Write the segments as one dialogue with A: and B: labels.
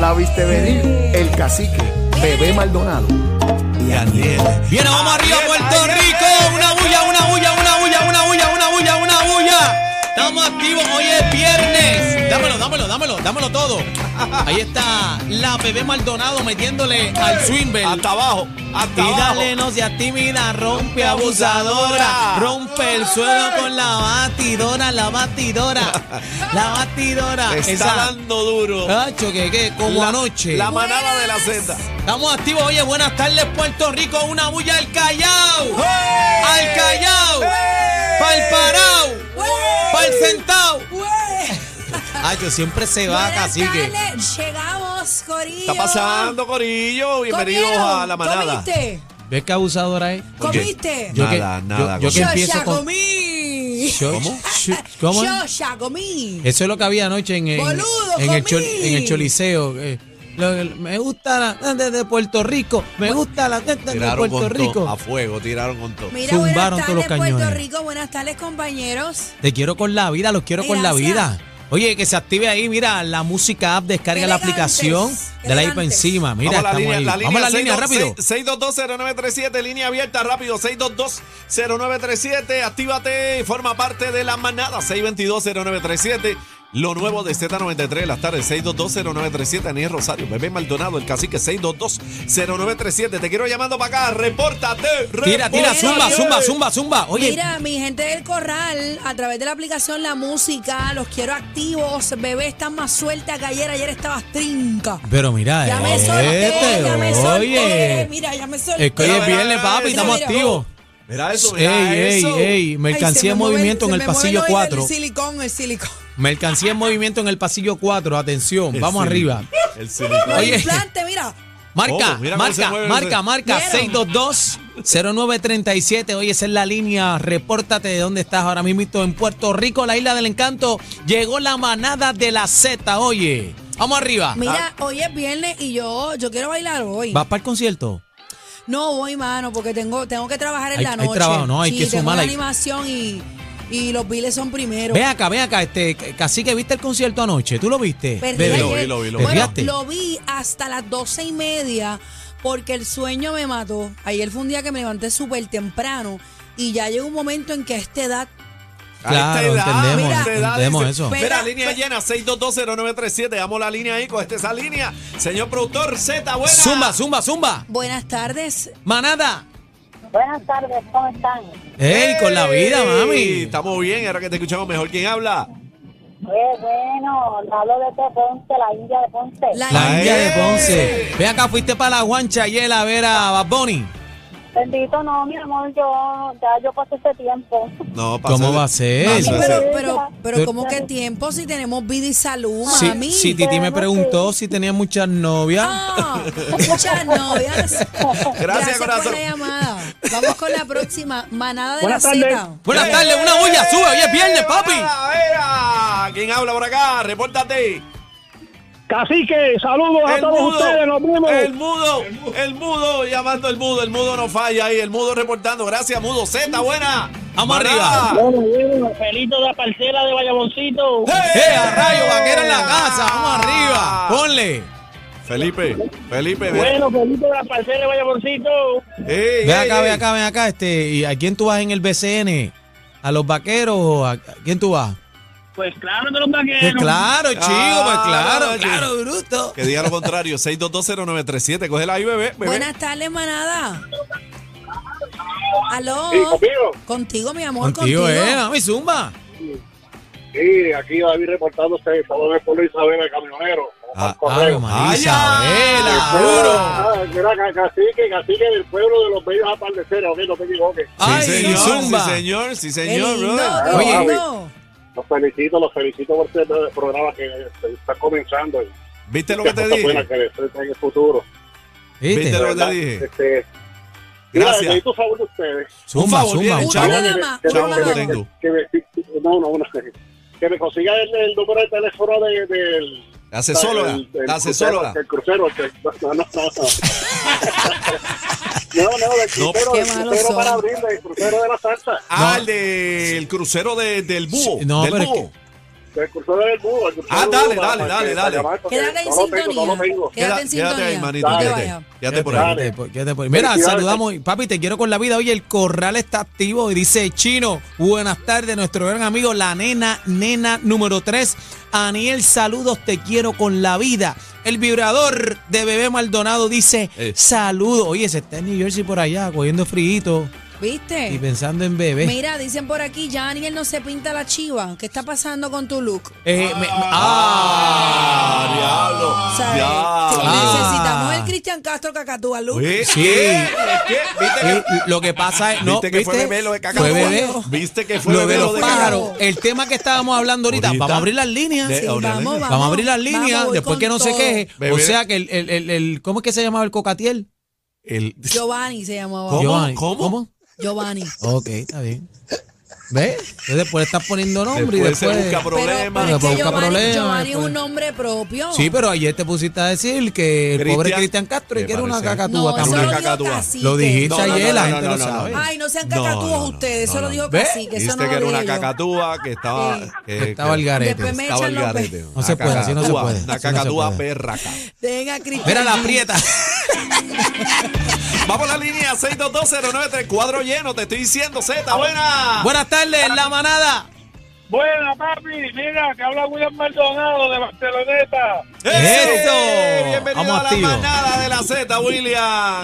A: la viste venir, el cacique, bebé Maldonado.
B: Y Andiel.
C: Viene, vamos arriba, Puerto Rico. Una bulla, una bulla, una bulla, una bulla, una bulla, una bulla. Estamos activos, hoy es viernes. Dámelo, dámelo, dámelo, dámelo todo. Ahí está la bebé Maldonado metiéndole al swing bell.
B: Hasta abajo, hasta
C: Y
B: abajo.
C: dale, no seas tímida, rompe abusadora. Rompe el suelo con la batidora, la batidora. La batidora.
B: Te Está dando duro.
C: Cacho, que, que, como
B: La-
C: anoche.
B: La manada de la Z.
C: Estamos activos. Oye, buenas tardes, Puerto Rico. Una bulla al Callao. Al Callao. Pa'l Parao. Pa'l Sentao. Ay, yo siempre se va,
D: Pues, Buenas
C: cacique.
D: tardes, llegamos, Corillo.
B: Está pasando, Corillo. Bienvenidos
D: ¿Comieron?
B: a la manada.
D: ¿Comiste?
C: ¿Ves qué abusadora es?
B: Oye,
D: ¿Comiste?
C: Yo que-
B: Nada, nada.
C: yo- yo que
D: Yo
C: empiezo
D: ya
C: con-
D: comí.
C: ¿Cómo? ¿Cómo? Eh, es?
D: Yo ya comí.
C: Eso es lo que había anoche en, en,
D: Boludo,
C: en el,
D: comí.
C: en el Choliseo. eh. Lo- el- me gusta la de, de Puerto Rico.
D: Pues,
C: Me gusta la de, de
B: tiraron
C: Puerto
B: con todo. Ah,
C: Rico.
B: A fuego, tiraron con todo.
D: Mira,
C: zumbaron
D: buenas
C: todos los
D: tardes, Puerto
C: cañones.
D: Rico. Buenas tardes, compañeros.
C: Te quiero con la vida, los quiero con la vida.
D: Gracias.
C: Oye, que se active ahí, mira, la música app, descarga la
D: Elegantes,
C: aplicación, dale ahí para
D: elegantes.
C: encima. Mira,
B: Vamos a la
C: estamos
B: línea,
C: ahí.
B: la
C: Vamos a la línea,
B: línea
C: rápido.
B: 6220937, línea abierta, rápido. 6220937, actívate, forma parte de la manada. 6220937, lo nuevo de Z93, las tardes. 6220937, Aniel Rosario, Bebé Maldonado, el cacique 6220937. Te quiero llamando para acá, repórtate.
C: Tira, tira,
D: Oye,
C: zumba,
D: oye.
C: zumba, zumba, zumba. Oye,
D: Mira, mi gente del corral, a través de la aplicación La Música, los quiero activos. Bebé, estás más suelta que ayer. Ayer estabas trinca.
C: pero mira,
D: Ya me
C: este,
D: solté, ya me solté.
C: oye.
D: Mira, ya me
C: Es que hoy
D: solté.
C: es viernes, papi,
B: Mira,
C: estamos
D: mira.
C: activos.
B: Mira eso,
C: Ey,
B: mira
C: ey,
B: eso.
C: ey, mercancía en
D: Ay, se me mueve-
C: movimiento en
D: se
C: el
D: me
C: pasillo
D: mueve el oído
C: 4.
D: El silicón, el silicón.
C: Mercancía en movimiento en el pasillo 4, atención,
B: El
C: vamos
B: sili-
C: arriba.
B: El silicón.
D: Los
C: Oye.
D: implantes, mira.
C: Marca,
B: Oh, mira cómo se
C: marca,
B: mueve
C: marca,
B: ese.
C: marca,
D: ¿Vieron?
C: 622-0937. Oye, esa es la línea. Repórtate de dónde estás ahora mismo en Puerto Rico, la isla del encanto. Llegó la manada de la Z, oye. Vamos arriba.
D: Mira, hoy es viernes y yo, yo quiero bailar hoy.
C: ¿Vas para el concierto?
D: No voy, mano, porque tengo, tengo que trabajar en
C: Hay-
D: la
C: hay
D: noche.
C: trabajo, no, hay
D: sí,
C: que
D: tengo
C: sumar,
D: una
C: hay-
D: animación y, y los biles son primero.
C: Ve acá, ve acá. Este, casi que viste el concierto anoche. ¿Tú lo viste?
D: Perdí
C: Bebé.
D: ayer.
B: Lo vi, lo vi, lo
C: vi.
D: Bueno,
C: ¿Perdiste?
D: lo vi hasta las doce y media porque el sueño me mató. Ayer fue un día que me levanté súper temprano y ya llegó un momento en que a esta edad
C: Claro,
B: A esta edad,
C: entendemos,
B: a esta edad,
C: entendemos
B: dice.
C: eso.
B: Mira,
D: Espera,
B: línea
D: espera.
B: llena, 6220937. Damos la línea ahí, cogete esa línea. Señor productor, Z, buena.
C: Zumba, zumba, zumba.
D: Buenas tardes.
C: Manada.
E: Buenas tardes, ¿cómo están?
C: Ey, con la vida,
B: Ey,
C: mami.
B: Estamos bien, ahora que te escuchamos mejor. ¿Quién habla?
E: Eh, bueno, hablo de este Ponce, la India de Ponce.
D: La-
C: La India de
B: Ey.
C: Ponce. Ve acá, fuiste para la guancha ayer a ver a Bad Bunny.
E: Bendito no, mi amor, yo ya yo pasé ese tiempo.
B: No,
C: ¿Cómo va a ser?
B: Pasa
C: Sí,
B: de
D: Ah, pero,
B: ser.
D: pero, pero,
C: Pero-
D: ¿cómo que tiempo si tenemos vida y salud,
C: Si,
D: mami?
C: si Titi me preguntó si tenía muchas novias.
D: Ah, muchas novias. Gracias,
B: corazón.
D: por la llamada. Vamos con la próxima. Manada de
F: Buenas
D: la
F: tardes.
D: Zeta.
C: Buenas
B: Ey,
C: tardes, una bulla,
B: ey,
C: sube, hoy es viernes, papi.
B: mira, mira. ¿Quién habla por acá? Repórtate.
F: Cacique, saludos a todos ustedes, nos vemos.
B: el mudo, el mudo, llamando el mudo, el mudo no falla ahí, el mudo reportando. Gracias, mudo. Z, buena.
C: Vamos
B: Manada.
C: arriba.
F: Bueno, bueno, Felito de la parcela de Vallaboncito.
C: ¡Eh, a rayo, vaquera en la casa! ¡Vamos arriba! ¡Ponle!
B: Felipe, Felipe, ve.
F: Bueno, Felito de la parcela de Vallaboncito.
B: Ey,
C: Ve
B: ey,
C: acá,
B: ey.
C: ve acá, ven acá. Este, ¿Y a quién tú vas en el BCN? ¿A los vaqueros o a a quién tú vas?
F: Pues claro que los
C: Pues
F: vaqueros.
C: claro, chico, pues claro,
B: Ah,
C: claro,
B: chico.
C: bruto.
B: Que diga lo contrario, 6220937. Cógela ahí, bebé. bebé.
D: Buenas tardes, manada. Aló.
G: Sí, conmigo.
D: Contigo, mi amor, contigo.
C: Contigo, eh, mami, zumba.
G: Sí, aquí David reportándose, estamos en el pueblo de Isabel, el camionero.
B: Ah,
G: Al correo.
C: María
B: ¡Ay,
C: Isabela,
B: ya!
C: duro.
G: Ah, Era cacique, cacique del pueblo de los bellos atardeceres, ok, no te equivoques.
C: Ay,
B: sí, señor,
C: zumba.
B: sí, señor, sí,
D: Qué
B: señor,
D: lindo,
B: brother.
D: qué
C: Oye.
D: lindo.
G: Los felicito, los felicito por este programa que este, está comenzando. y
B: ¿Viste lo que te
G: cosas buenas
B: dije?
G: que les traen en el futuro.
B: ¿Viste
C: ¿Viste?
B: lo que
G: ¿verdad?
B: te dije?
G: Este, mira,
B: Gracias.
G: necesito un favor de ustedes.
C: Zumba,
B: favor,
C: zumba,
B: bien,
C: un
D: Una
C: chavo.
D: nada
G: que-
D: más,
G: que-
D: una
G: que-
D: nada
B: tengo.
D: más.
G: Que me, no, no, no. Que me consiga el, el número de teléfono de- del...
B: La asesóloga,
G: El- el
B: la asesóloga.
G: crucero, El crucero, que- no, no, no. No, no, el crucero,
D: Qué
G: el
D: malos
G: crucero
D: son.
G: para abrir, el crucero de la salsa.
B: Ah, el del crucero de- del búho.
C: Sí, no,
B: del
C: pero es
B: búho.
G: el cursor del búho. el cursor
B: Ah,
G: del
B: dale,
G: búho,
B: dale,
G: para
B: dale,
G: que-
B: dale.
G: para llamar, porque
D: Quédate en
G: no lo tengo,
D: sintonía.
G: no lo tengo.
D: Quédate en
B: Quédate ahí,
D: sintonía.
B: manito.
D: No te
G: Dale.
B: Quédate,
D: vayas.
B: quédate por ahí.
G: Dale.
C: Quédate por- quédate por ahí. Mira,
G: Felicidades.
C: saludamos. Papi, te quiero con la vida. Oye, el corral está activo y dice Chino. Buenas tardes, nuestro gran amigo, la nena, nena número 3. Aniel, saludos, te quiero con la vida. El vibrador de Bebé Maldonado dice
B: Eh.
C: saludos. Oye, se está en New Jersey por allá, cogiendo frío
B: Eh.
C: y
D: ¿Viste?
C: pensando en bebé.
D: Mira, dicen por aquí, ya Aniel no se pinta la chiva. ¿Qué está pasando con tu look?
C: Eh, me-
B: Ah, diablo.
D: O sea,
B: Diablo.
D: te-
C: Ah.
D: Necesitamos el Cristian Castro Cacatúa look.
B: Oye,
C: Sí.
B: ¿qué? ¿Qué? ¿Viste que
C: Eh, lo que pasa es. No,
B: ¿Viste que fue bebé lo de
C: Fue
B: Cacatúa?
C: bebé.
B: ¿Viste que fue
C: lo de
B: bebé lo
C: los
B: de
C: pájaros.
D: Cacatúa?
C: El tema que estábamos hablando ahorita.
B: Ahorita.
C: Vamos a abrir las líneas.
B: De-
D: Sí,
B: Ahora,
D: vamos,
B: nena.
D: vamos,
C: Vamos a abrir las líneas.
D: Vamos, voy
C: después
D: con
C: que no se
D: todo.
C: queje. O
B: Bebé.
C: sea que el, el, el, el- ¿Cómo es que se llamaba el cocatiel?
B: El,
D: Giovanni se llamaba.
B: ¿Cómo?
C: Giovanni.
B: ¿Cómo?
D: Giovanni.
C: Ok, está bien. ¿Ves? Entonces después estás poniendo nombre
B: después
C: y
B: se busca
C: después.
D: Pero,
B: problemas.
D: pero es
C: Para buscar
D: que Giovanni,
C: problemas,
D: Giovanni es
C: pues.
D: un nombre propio.
C: Sí, pero ayer te pusiste a decir que el pobre
B: Cristian-
C: Cristian Castro y
B: Me
C: que era una
B: parece.
C: cacatúa
D: no, eso
B: también.
D: lo
C: también.
B: Una
D: dijo
B: cacatúa.
D: Cacique.
C: Lo dijiste
B: No, no,
C: ayer,
B: no,
C: la
B: no,
C: gente
B: no,
C: lo
B: no,
C: sabe.
B: no.
D: Ay, no sean
B: No,
D: cacatúos
B: no, no,
D: ustedes, eso
B: no,
D: lo
B: no.
D: dijo
C: ¿Ve?
D: Cacique, eso
B: Viste
D: no
B: que era
D: lo
B: una
D: digo yo.
B: cacatúa que estaba.
D: Sí.
B: que-
C: Que estaba
B: que-
C: al garete.
D: Después me
B: estaba al
D: echan los
B: garete.
D: pe-
C: No se puede, así no se
B: Una
C: puede,
B: Una
C: así no se
B: cacatúa
C: puede.
B: perraca.
D: Venga, Cristian.
C: Mira la
D: G.
C: prieta.
B: Vamos a la línea 6220934 cuadro lleno, te estoy diciendo, Z, buena.
C: Buenas tardes, la manada.
F: Buena, papi. Mira, que habla William Maldonado de Barceloneta.
C: ¡Eso!
B: Bienvenido
C: Vamos
B: a la
C: activo.
B: manada de la Z, William,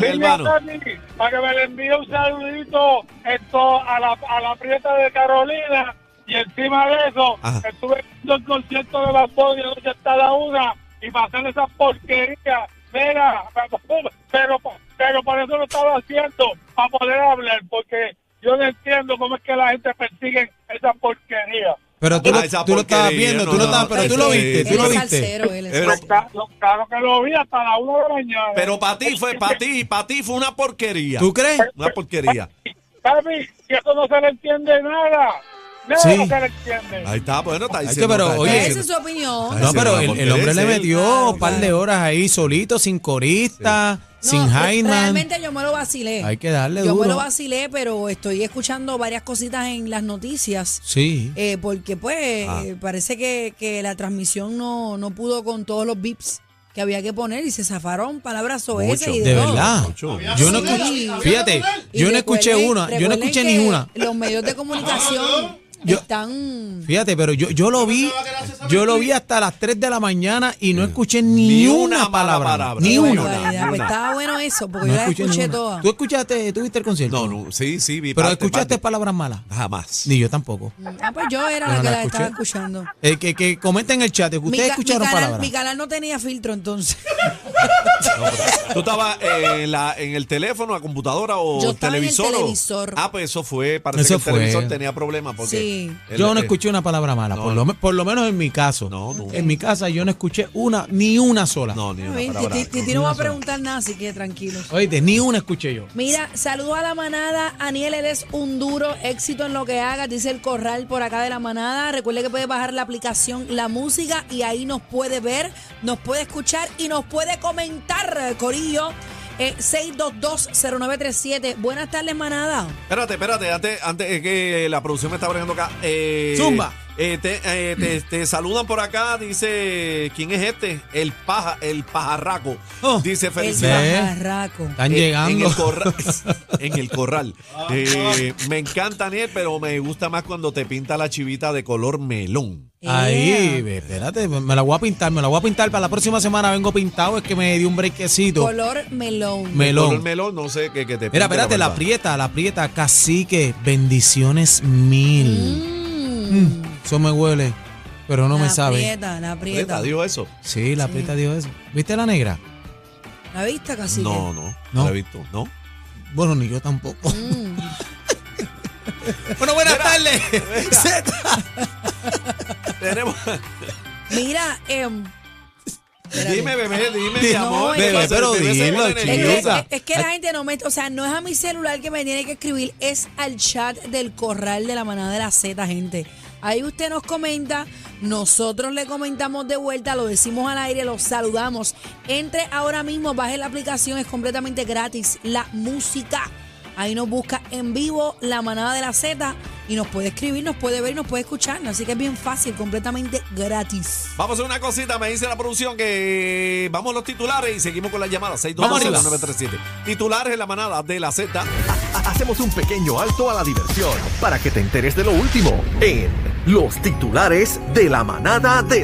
F: Mira,
B: hermano.
F: papi, para que me le envíe un saludito esto, a, la, a la prieta de Carolina. Y encima de eso,
B: Ajá.
F: estuve viendo el concierto de las dos y anoche hasta la una. Y pasando esa porquería. Mira, pero, pero por eso lo estaba haciendo, para poder hablar, porque yo no entiendo cómo es que la gente persigue esa porquería.
C: Pero tú,
B: Ah,
C: lo,
B: esa
C: tú lo estabas
B: porquería,
C: viendo,
B: no,
C: tú lo
B: no,
C: estabas, pero tú lo
B: sí,
C: viste,
B: sí.
C: tú lo
D: Él es
C: viste.
D: Este, salsero, él es
B: Pero-
D: salsero.
F: Claro, claro que lo vi hasta la una de la mañana.
B: Pero para ti fue, para ti, para ti fue una porquería.
C: ¿Tú crees?
B: Una porquería.
F: Papi, que eso no se le entiende nada. Nada
C: Sí.
F: se le entiende.
B: Ahí está, bueno, está
C: Ay,
B: diciendo.
C: pero,
B: está
C: oye,
B: diciendo.
D: Esa es su opinión.
B: Ay,
C: No,
B: sí,
C: pero
B: no,
C: el,
B: porque
C: el hombre le
B: ese-
D: Ah,
C: metió un par de
D: claro.
C: horas ahí solito, sin corista,
D: No,
C: sin
D: pues,
C: Hyman.
D: Realmente yo me lo vacilé.
C: Hay que darle
D: yo me lo
C: duro.
D: vacilé, pero estoy escuchando varias cositas en las noticias.
C: Sí.
D: eh, porque pues
B: Ah.
D: eh, parece que, que la transmisión no, no pudo con todos los bips que había que poner y se zafaron palabras soeces y
C: De
D: de, todo.
C: verdad.
B: Mucho.
C: Yo no
D: Sí.
C: escuché, fíjate,
D: Y
C: yo no
D: recuerden-
C: escuché una, yo no
D: recuerden
C: escuché ni
D: que
C: una.
D: Los medios de comunicación
C: Yo-
D: están
C: Fíjate, pero yo, yo lo vi, yo lo vi hasta las 3 de la mañana y no escuché ni,
B: Ni una
C: una
B: mala
C: palabra,
B: palabra.
C: Ni
D: Qué
C: una.
D: barbaridad,
B: ni
D: pues
B: una.
D: estaba bueno eso,
C: No
D: porque yo las
C: escuché
D: escuché,
C: ni una.
D: todas.
C: ¿Tú escuchaste, tú viste el concierto?
B: No, no, sí, sí, vi
C: Pero
B: parte,
C: escuchaste
B: parte.
C: palabras malas.
B: Jamás.
C: Ni yo tampoco.
D: Ah, pues yo era
C: Yo
D: la
C: no
D: que
C: la
D: la estaba
C: escuché.
D: escuchando.
C: Eh, que, que comenten en el chat, que ustedes
D: ca-
C: escucharon
D: canal,
C: palabras.
D: mi canal no tenía filtro entonces.
B: No, pero tú estabas eh, en, la- en el teléfono, la computadora o
D: Yo estaba en el
B: televisor. o-
D: televisor.
B: Ah, pues eso fue. Parece
C: Eso
B: que el
C: fue.
B: televisor tenía problemas porque.
D: Sí.
B: el-
C: Yo no
B: eh,
C: escuché una palabra mala, por, lo, me- por lo menos en mi caso.
B: No, no.
C: En mi casa yo no escuché una, ni una sola.
B: No, ni una
D: Ay,
B: palabra.
D: Titi Titi no va a preguntar nada, así que tranquilos.
C: Oíste, ni una escuché yo.
D: Mira, saludo a la manada. Aniel, eres un duro. Éxito en lo que hagas, dice el corral por acá de la manada. Recuerde que puede bajar la aplicación La Música y ahí nos puede ver, nos puede escuchar y nos puede comentar, Corillo. Eh, 6220937. Buenas tardes, manada.
B: Espérate, espérate, antes, antes es que la producción me está bregando acá. Eh,
C: Zumba.
B: eh, te, eh, te- te saludan por acá, dice, ¿quién es este? El paja, el pajarraco.
C: Oh.
B: Dice,
D: El
B: felicidades.
D: pajarraco.
C: Están
B: Eh, En- En
C: llegando. Ah.
B: el corral. en el corral. Eh, me encanta, Aniel, pero me gusta más cuando te pinta la chivita de color melón.
C: Ahí,
D: Yeah.
C: ve, espérate, me la voy a pintar, me la voy a pintar. Para la próxima semana vengo pintado, es que me di un brequecito.
D: Color melón.
B: Color
C: Melón.
B: melón, no sé qué que te
C: Mira,
B: pinte
C: espérate, la
B: barba.
C: aprieta, la aprieta, cacique, bendiciones mil.
D: Mm.
C: Eso me huele, pero no
D: la
C: me sabe.
D: Aprieta, la aprieta.
B: Neta, dijo eso?
C: Sí, la
D: Sí.
C: aprieta dijo eso. ¿Viste la negra?
D: ¿La vista, cacique?
B: No, no,
C: No.
B: no. la he visto, ¿no?
C: Bueno, ni yo tampoco.
D: Mm.
C: Bueno, buenas tardes. Z.
B: Tenemos.
D: Mira, em, espérate.
B: dime, bebé, dime,
C: Di-
B: mi amor.
D: No,
B: ¿qué
D: bebé,
B: pasa?
C: pero
B: Bebé se
C: dilo,
B: pone
C: chica.
D: Es que-
B: nerviosa.
D: es, es que la gente no me, o sea, no es a mi celular que me tiene que escribir, es al chat del corral de la manada de la Z, gente. Ahí usted nos comenta, nosotros le comentamos de vuelta, lo decimos al aire, lo saludamos. Entre ahora mismo, baje la aplicación, es completamente gratis. La música. Ahí nos busca en vivo la manada de la Z y nos puede escribir, nos puede ver y nos puede escuchar. Así que es bien fácil, completamente gratis.
B: Vamos a hacer una cosita, me dice la producción que vamos a los titulares y seguimos con las llamadas.
C: Vamos arriba.
B: 622-0937. Titulares en la manada de la Z.
H: Ha- Hacemos un pequeño alto a la diversión para que te enteres de lo último en los titulares de la manada de la